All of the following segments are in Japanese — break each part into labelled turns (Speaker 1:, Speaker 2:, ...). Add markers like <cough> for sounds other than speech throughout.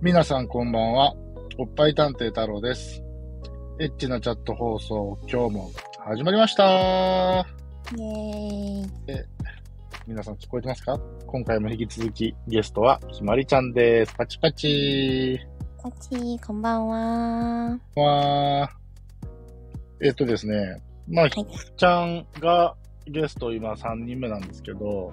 Speaker 1: 皆さんこんばんは。おっぱい探偵太郎です。エッチなチャット放送、今日も始まりました。
Speaker 2: イエーイ。
Speaker 1: 皆さん聞こえてますか今回も引き続きゲストはひまりちゃんです。パチパチ
Speaker 2: パチ、こんばんは。
Speaker 1: わー。えっとですね、まあ、ひっちゃんがゲスト今3人目なんですけど、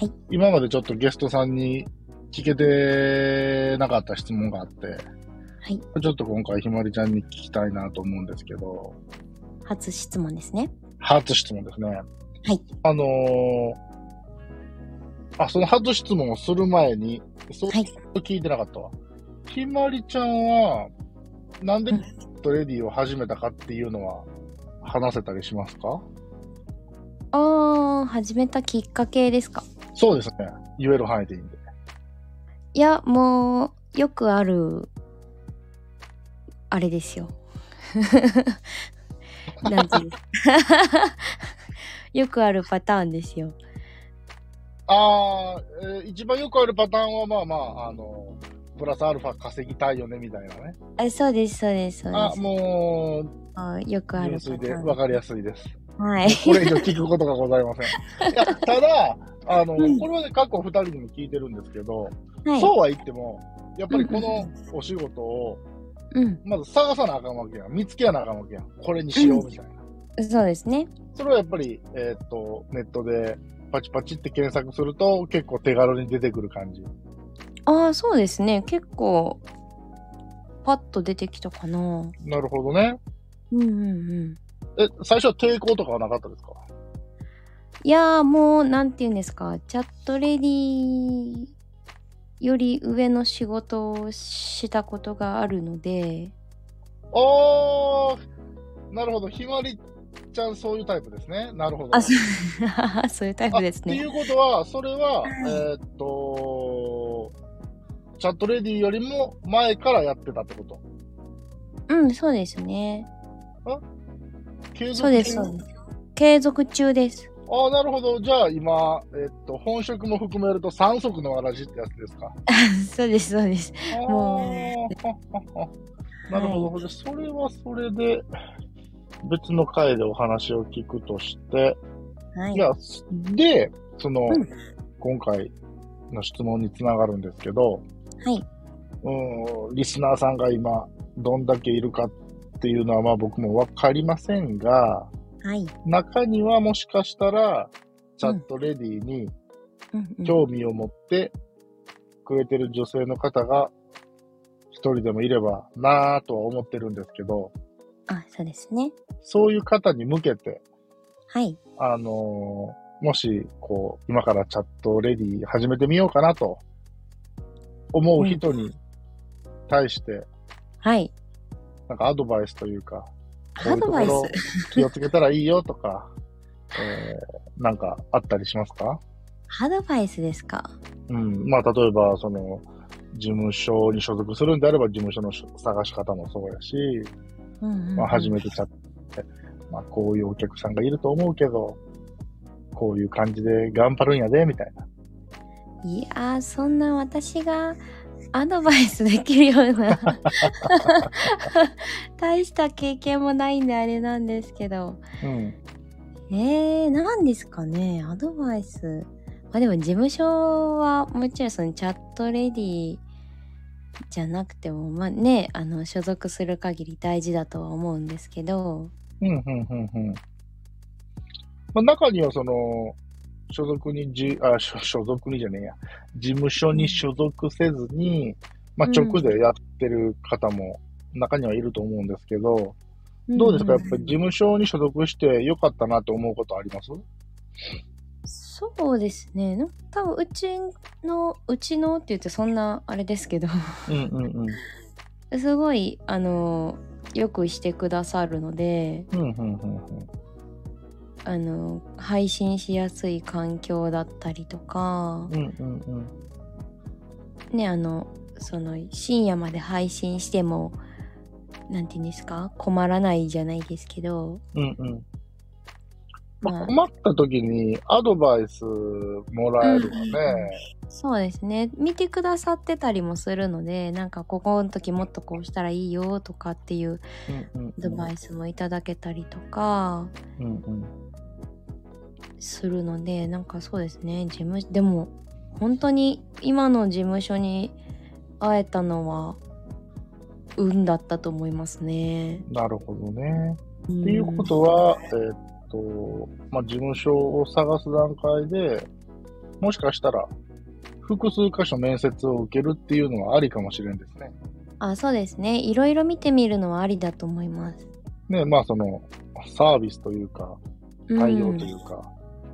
Speaker 2: い
Speaker 1: 今までちょっとゲストさんに聞けてなかった質問があって、
Speaker 2: はい。
Speaker 1: ちょっと今回ひまりちゃんに聞きたいなと思うんですけど、
Speaker 2: 初質問ですね。
Speaker 1: 初質問ですね。
Speaker 2: はい。
Speaker 1: あのーあ、その初質問をする前に、そう
Speaker 2: はい。
Speaker 1: 聞いてなかったわ。ひまりちゃんは、なんで
Speaker 2: う
Speaker 1: ネ
Speaker 2: ん
Speaker 1: ットレディを始めたかっていうのは、話せたりしますか
Speaker 2: あー、始めたきっかけですか
Speaker 1: そうですね。言える範囲でいいんで。
Speaker 2: いや、もう、よくある、あれですよ。 <laughs> なんていうん <laughs> ですかよくあるパターンですよ。
Speaker 1: ああ、えー一番よくあるパターンは、まあまあ、あのプラスアルファ稼ぎたいよね、みたいなね。
Speaker 2: あそうです、そうです、そう
Speaker 1: あ
Speaker 2: で、す。
Speaker 1: もう、
Speaker 2: あーよくある
Speaker 1: 純
Speaker 2: パタ
Speaker 1: 粋で
Speaker 2: ーン。
Speaker 1: 分かりやすい
Speaker 2: <laughs>
Speaker 1: です。 <laughs>
Speaker 2: はい。
Speaker 1: これ以上聞くことがございません。いや、ただ、あの、
Speaker 2: うん
Speaker 1: これはね、過去二人にも聞いてるんですけど、
Speaker 2: はい。
Speaker 1: そうは言っても、やっぱりこ
Speaker 2: うんう
Speaker 1: のお仕事を、
Speaker 2: うん。
Speaker 1: まず探さなあかんわけやん。見つけやなあかんわけやん。これにしようみたいな。
Speaker 2: そうですね。
Speaker 1: それはやっぱり、えーっと、ネットでパチパチって検索すると、結構手軽に出てくる感じ。
Speaker 2: ああそうですね結構パッと出てきたかなうん
Speaker 1: なるほどね。
Speaker 2: うんうん
Speaker 1: え、最初は抵抗とかはなかったですか
Speaker 2: いやーもうなんて言うんですかチャットレディより上の仕事をしたことがあるので
Speaker 1: あー、なるほど。ひまりちゃん、そういうタイプですね。なるほど。
Speaker 2: あそうそう <laughs> いうタイプです
Speaker 1: ってい
Speaker 2: ね
Speaker 1: うことは、それは、
Speaker 2: い
Speaker 1: えーっと、チャットレディよりも前からやってたってこと
Speaker 2: うんそうですね
Speaker 1: 継続
Speaker 2: そうですそうです継続中です
Speaker 1: ああ、なるほど。じゃあ今、えっと、本職も含めると三足のわらじってやつですか。
Speaker 2: <laughs> そうですそうですも
Speaker 1: あーなるほど。でそれはそれで、別の回でお話を聞くとして、
Speaker 2: はい
Speaker 1: いや、で、その、
Speaker 2: うん
Speaker 1: 今回の質問につながるんですけど、
Speaker 2: はい
Speaker 1: うん、リスナーさんが今、どんだけいるかっていうのは、まあ僕もわかりませんが、
Speaker 2: はい、
Speaker 1: 中にはもしかしたら、チャットレディに
Speaker 2: うんうん
Speaker 1: 興味を持ってくれてる女性の方が、一人でもいればなぁとは思ってるんですけど、
Speaker 2: あそうですね
Speaker 1: そういう方に向けて、
Speaker 2: はい
Speaker 1: あのーもし、こう、今からチャットレディ始めてみようかなと、思う人に対して、
Speaker 2: はい
Speaker 1: なんかアドバイスというか、
Speaker 2: アドバイス
Speaker 1: こういうところ気をつけたらいいよと
Speaker 2: <laughs>
Speaker 1: か、えー、なんかあったりしますか
Speaker 2: アドバイスですか
Speaker 1: うん。まあ、例えば、その、事務所に所属するんであれば、事務所のし探し方もそうやし、
Speaker 2: うんうんうん
Speaker 1: まあ、初めてちゃって、まあ、こういうお客さんがいると思うけど、こういう感じで頑張るんやで、みたいな。
Speaker 2: いやーそんな私がアドバイスできるような <laughs> 大した経験もないんであれなんですけど
Speaker 1: うん。
Speaker 2: えー、何ですかねアドバイスまあでも事務所はもちろんそのチャットレディじゃなくてもまあねあの所属する限り大事だとは思うんですけど
Speaker 1: うん、うん、うん、うん。まあ、中には、その、所属にじ、あ、所所属にじゃねえや。事務所に所属せずに、まあ、
Speaker 2: うん
Speaker 1: 直でやってる方も、中にはいると思うんですけど、どうですかやっぱり事務所に所属して良かったなと思うことあります
Speaker 2: そうですねなんか多分うちのうちのって言ってそんなあれですけど
Speaker 1: うんうんうん。
Speaker 2: すごいあのよくしてくださるので
Speaker 1: うんうんうん
Speaker 2: あの配信しやすい環境だったりとか
Speaker 1: うん。うんうんうん。
Speaker 2: ねあのその深夜まで配信してもなんて言うんですか困らないじゃないですけど
Speaker 1: うんうん。ま
Speaker 2: は
Speaker 1: あ、
Speaker 2: い
Speaker 1: 困った時にアドバイスもらえるわね。
Speaker 2: そうですね見てくださってたりもするのでなんかここの時もっとこうしたらいいよとかっていう
Speaker 1: うんうん
Speaker 2: アドバイスもいただけたりとか
Speaker 1: うんうん
Speaker 2: するのでなんかそうですね事務でも本当に今の事務所に会えたのは運だったと思いますね。
Speaker 1: なるほどね。
Speaker 2: って
Speaker 1: っていうことは、えーっと、まあ、事務所を探す段階で、もしかしたら、複数箇所面接を受けるっていうのはありかもしれんですね。
Speaker 2: あそうですねいろいろ見てみるのはありだと思います。
Speaker 1: ね、まあ、その、サービスというか、対応というか、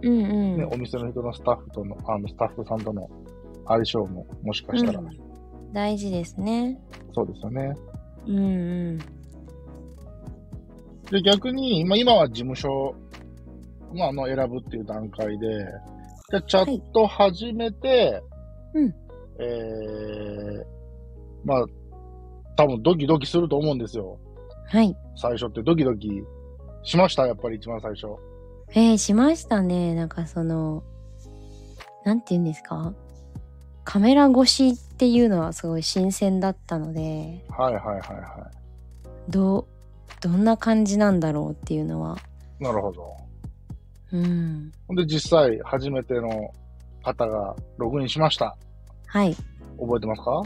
Speaker 2: うんうんう
Speaker 1: ね、
Speaker 2: ん
Speaker 1: お店の人のスタッフとの、あの、スタッフさんとの相性も、もしかしたら、
Speaker 2: うん大事ですね。
Speaker 1: そうですよね。
Speaker 2: うんうん
Speaker 1: で、逆に、まあ、今は事務所、まあ、あの、選ぶっていう段階で、で、チャット始めて、
Speaker 2: うん
Speaker 1: えー、まあ、多分ドキドキすると思うんですよ。
Speaker 2: はい
Speaker 1: 最初ってドキドキしました、やっぱり一番最初。
Speaker 2: えー、しましたね。なんかその、なんて言うんですかカメラ越しっていうのはすごい新鮮だったので、
Speaker 1: はいはいはいは
Speaker 2: どう、どんな感じなんだろうっていうのは。
Speaker 1: い。なるほど。
Speaker 2: うん。
Speaker 1: ほんで、実際、初めての方がログインしました。
Speaker 2: はい。
Speaker 1: 覚えてますか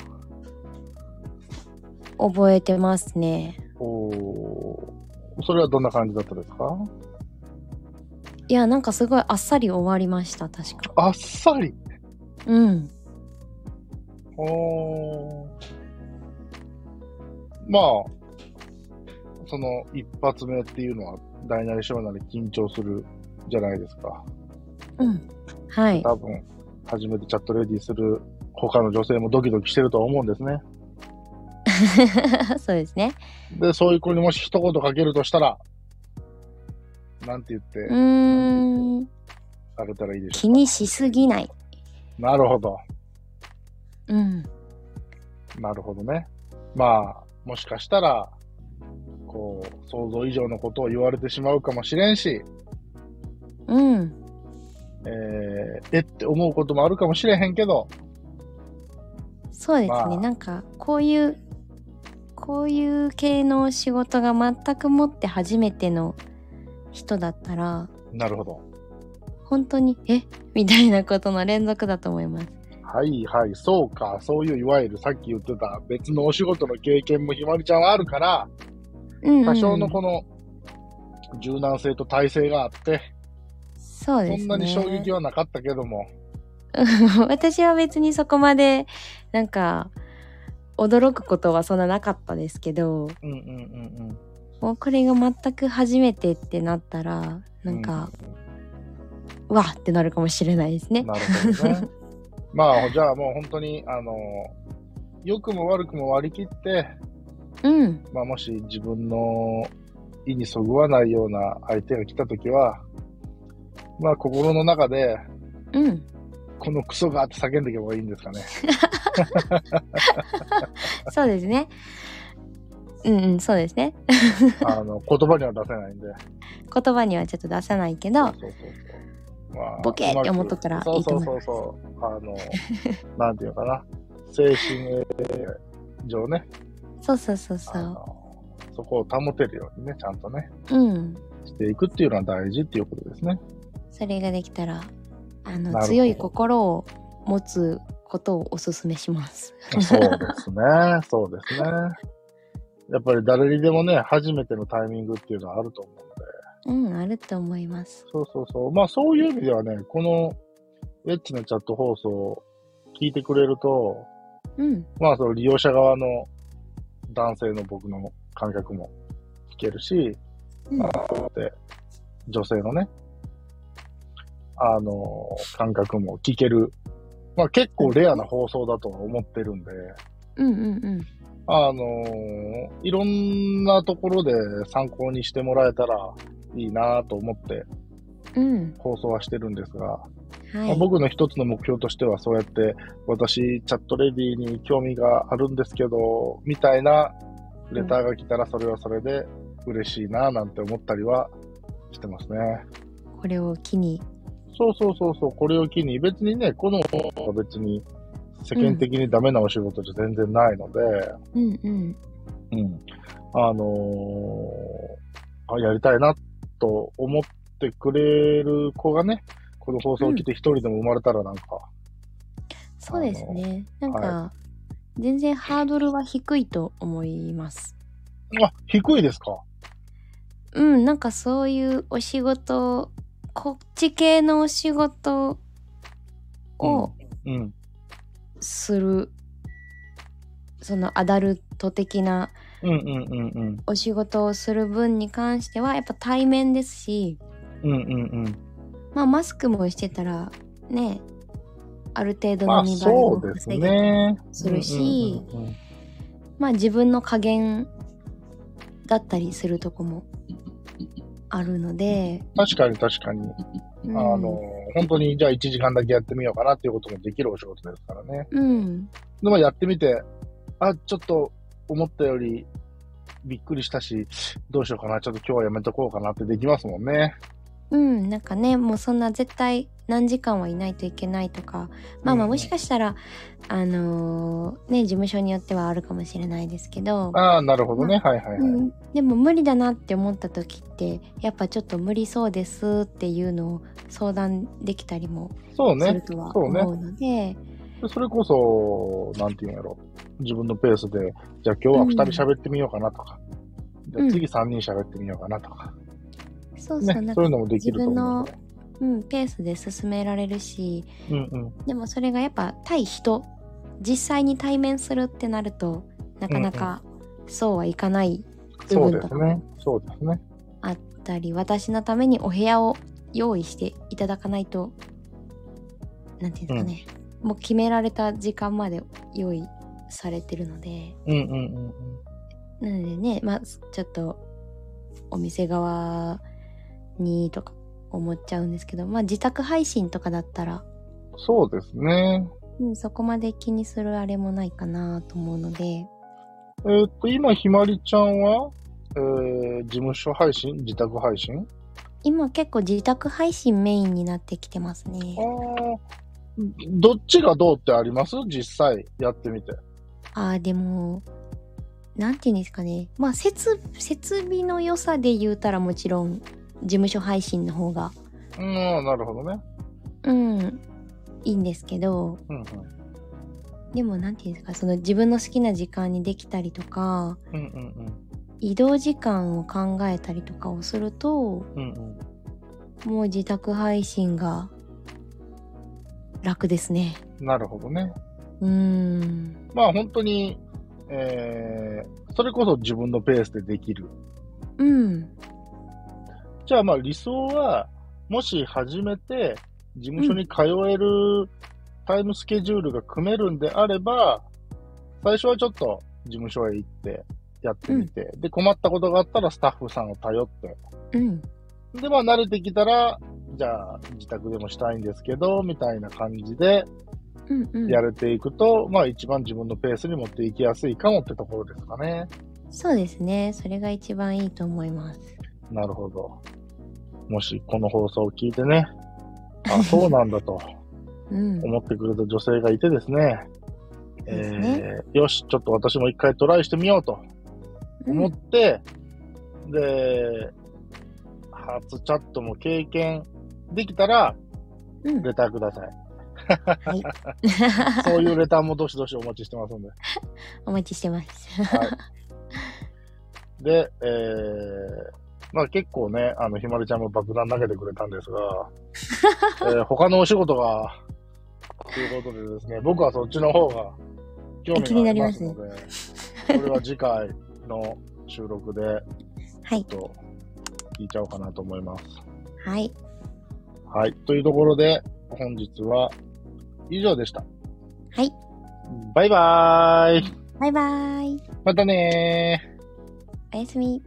Speaker 2: 覚えてますね。
Speaker 1: おーそれはどんな感じだったですか
Speaker 2: いや、なんかすごいあっさり終わりました、確か。
Speaker 1: あっさり
Speaker 2: うん。
Speaker 1: おーまあ、その一発目っていうのは、大なり小なり緊張するじゃないですか。
Speaker 2: うん。はい。
Speaker 1: 多分、初めてチャットレディする他の女性もドキドキしてるとは思うんですね。
Speaker 2: <laughs> そうですね。
Speaker 1: で、そういう子にもし一言かけるとしたら、なんて言って
Speaker 2: うーん。
Speaker 1: あげたらいいでしょ
Speaker 2: 気にしすぎない。
Speaker 1: う。なるほど。
Speaker 2: うん。
Speaker 1: なるほどね。まあ、もしかしたら、こう、想像以上のことを言われてしまうかもしれんし、
Speaker 2: うん。
Speaker 1: えーえって思うこともあるかもしれへんけど、
Speaker 2: そうですね、
Speaker 1: まあ
Speaker 2: なんかこういうこういう系の仕事が全くもって初めての人だったら
Speaker 1: なるほど。
Speaker 2: 本当に「えみたいなことの連続だと思います。
Speaker 1: はいはい、そうか、そういういわゆるさっき言ってた別のお仕事の経験もひまりちゃんはあるから、
Speaker 2: うんうん
Speaker 1: 多少のこの柔軟性と体制があって、
Speaker 2: そうです
Speaker 1: そ
Speaker 2: ね
Speaker 1: んなに衝撃はなかったけども、
Speaker 2: <laughs> 私は別にそこまでなんか驚くことはそんななかったですけど
Speaker 1: うんうんうんうん。
Speaker 2: もうこれが全く初めてってなったらなんか、うわっってなるかもしれないですね。
Speaker 1: なるほど
Speaker 2: <laughs>
Speaker 1: ね。まあ、じゃあもう本当に、あの、良くも悪くも割り切って、
Speaker 2: うん
Speaker 1: まあ、もし自分の意にそぐわないような相手が来たときは、まあ、心の中で、
Speaker 2: うん
Speaker 1: このクソがって叫んでいけばいいんですか
Speaker 2: <laughs>
Speaker 1: ね。
Speaker 2: そうですね。うんうん、そうですね。
Speaker 1: あの、言葉には出せないんで。
Speaker 2: 言葉にはちょっと出さないけど、
Speaker 1: そうそうそう。まあ
Speaker 2: ボケって思っとったらいいと思います
Speaker 1: そうそうそうそう。
Speaker 2: <laughs>
Speaker 1: あの、なんていうのかな。精神衛上ね。
Speaker 2: そうそうそうそ
Speaker 1: あ
Speaker 2: う。
Speaker 1: のそこを保てるようにね、ちゃんとね、
Speaker 2: うん。
Speaker 1: していくっていうのは大事っていうことですね。
Speaker 2: それができたら、あ
Speaker 1: なるほ
Speaker 2: の、
Speaker 1: ど
Speaker 2: 強い心を持つことをおすすめします。
Speaker 1: そうですね。そうですね。やっぱり誰にでもね、初めてのタイミングっていうのはあると思うんで。
Speaker 2: うん、あると思います。
Speaker 1: そうそうそう。まあそういう意味ではね、このエッチなチャット放送を聞いてくれると、
Speaker 2: うん。
Speaker 1: まあその利用者側の男性の僕の感覚も聞けるし、
Speaker 2: うん
Speaker 1: まあそうやって女性のね、あの、感覚も聞ける。まあ結構レアな放送だとは思ってるんで、
Speaker 2: うんうんうん。
Speaker 1: あのーいろんなところで参考にしてもらえたらいいなと思って
Speaker 2: うん。
Speaker 1: 放送はしてるんですが、ま
Speaker 2: は
Speaker 1: あ
Speaker 2: い。
Speaker 1: 僕の一つの目標としてはそうやって私チャットレディに興味があるんですけど、みたいなレターが来たらそれはそれで嬉しいななんて思ったりはしてますね。
Speaker 2: これを機に。
Speaker 1: そうそうそうそう、これを機に、別にね、この方は別に世間的にダメなお仕事じゃ全然ないので、
Speaker 2: うんうん。
Speaker 1: うん、あのーあやりたいなと思ってくれる子がね、この放送を聞いて一人でも生まれたらなんか、
Speaker 2: そうですね。なんか、全然ハードルは低いと思います。
Speaker 1: あ、低いですか
Speaker 2: うん、なんかそういうお仕事、こっち系のお仕事を
Speaker 1: うん。
Speaker 2: する、そのアダルト的な
Speaker 1: うんうんうんうん。
Speaker 2: お仕事をする分に関しては、やっぱ対面ですし、
Speaker 1: うんうんうん。
Speaker 2: まあマスクもしてたら、ね、ある程度
Speaker 1: ま
Speaker 2: の
Speaker 1: あ
Speaker 2: 見栄え
Speaker 1: そ
Speaker 2: も
Speaker 1: うです
Speaker 2: 防げたり
Speaker 1: ね。
Speaker 2: するし
Speaker 1: うんうんうんうん
Speaker 2: まあ自分の加減だったりするとこもあるので、
Speaker 1: 確かに確かに。
Speaker 2: うん、
Speaker 1: あの、本当にじゃあ1時間だけやってみようかなっていうこともできるお仕事ですからね。
Speaker 2: うん
Speaker 1: でもやってみて、あ、ちょっと思ったよりびっくりしたし、どうしようかな、ちょっと今日はやめとこうかなってできますもんね。
Speaker 2: うん、なんかねもうそんな絶対何時間はいないといけないとかまあま
Speaker 1: う
Speaker 2: あ
Speaker 1: ん
Speaker 2: もしかしたら、あのーね事務所によってはあるかもしれないですけど、
Speaker 1: ああ、なるほどね。はいはいはい。
Speaker 2: うん、でも無理だなって思った時ってやっぱちょっと無理そうですっていうのを相談できたりも
Speaker 1: そう
Speaker 2: す
Speaker 1: ね
Speaker 2: る。とは
Speaker 1: そうね
Speaker 2: 思うので、
Speaker 1: でそれこそ、なんていうんやろ。自分のペースで、じゃあ今日は2人喋ってみようかなとか、
Speaker 2: うん
Speaker 1: じゃあ次3人喋ってみようかなとか、
Speaker 2: そうそう、
Speaker 1: ね
Speaker 2: な、ん
Speaker 1: そうい
Speaker 2: か
Speaker 1: うのもできると思うんで。
Speaker 2: うん、ペースで進められるし
Speaker 1: うんうん。
Speaker 2: でもそれがやっぱ対人実際に対面するってなるとなかなかそうはいかない部
Speaker 1: そう
Speaker 2: 分
Speaker 1: で
Speaker 2: と
Speaker 1: す
Speaker 2: か
Speaker 1: ね
Speaker 2: も。
Speaker 1: そうですね。
Speaker 2: あったり、私のためにお部屋を用意していただかないとなんていうんですかね、もう決められた時間まで用意されてるので
Speaker 1: うんうんうんうん。
Speaker 2: なのでねまあちょっとお店側にとか思っちゃうんですけどまあ自宅配信とかだったら
Speaker 1: そうですね。
Speaker 2: うん、そこまで気にするあれもないかなと思うので、
Speaker 1: えーっと、今、ひまりちゃんは、えー、事務所配信自宅配信
Speaker 2: 今結構自宅配信メインになってきてますね
Speaker 1: あ。ーどっちがどうってあります実際やってみて。
Speaker 2: ああ、でも、なんていうんですかね。まあ、設、設備の良さで言うたらもちろん、事務所配信の方が、
Speaker 1: うん、なるほどね。
Speaker 2: うん、いいんですけど、
Speaker 1: うんうん。
Speaker 2: でもなんていうんですか、その自分の好きな時間にできたりとか、
Speaker 1: うんうん
Speaker 2: 移動時間を考えたりとかをすると、
Speaker 1: うん。うんうん。
Speaker 2: もう自宅配信が楽ですね。
Speaker 1: なるほどね。
Speaker 2: うーん。
Speaker 1: まあ本当に、えー、それこそ自分のペースでできる。
Speaker 2: うん。
Speaker 1: じゃあまあ理想は、もし始めて、事務所に通えるタイムスケジュールが組めるんであれば、最初はちょっと事務所へ行ってやってみて、で、困ったことがあったらスタッフさんを頼って、
Speaker 2: うん。
Speaker 1: で、まあ慣れてきたら、じゃあ自宅でもしたいんですけど、みたいな感じで
Speaker 2: うんうん。
Speaker 1: やれていくと、まあ一番自分のペースに持っていきやすいかもってところですかね。
Speaker 2: そうですね。それが一番いいと思います。
Speaker 1: なるほど。もしこの放送を聞いてね、
Speaker 2: <laughs>
Speaker 1: あ、そうなんだと。
Speaker 2: うん。
Speaker 1: 思ってくれた女性がいてですね、え
Speaker 2: ですね
Speaker 1: ーよし、ちょっと私も一回トライしてみようと思って、で、初チャットも経験できたら、
Speaker 2: うんうん
Speaker 1: レターください。
Speaker 2: はい。
Speaker 1: <laughs> そういうレターもどしどしお待ちしてますんで。
Speaker 2: お待ちしてます。 <laughs>
Speaker 1: はい。で、えーまあ結構ね、あの、ひまりちゃんも爆弾投げてくれたんです <laughs> が、えー他のお仕事が、ということでですね、僕はそっちの方が興味がありますので、これは次回の収録で、
Speaker 2: はい。
Speaker 1: ちょっと聞いちゃおうかなと思います。
Speaker 2: はい。
Speaker 1: はい。というところで、本日は以上でした。
Speaker 2: はい。
Speaker 1: バイバーイ
Speaker 2: バイバイ。
Speaker 1: またねー
Speaker 2: おやすみ。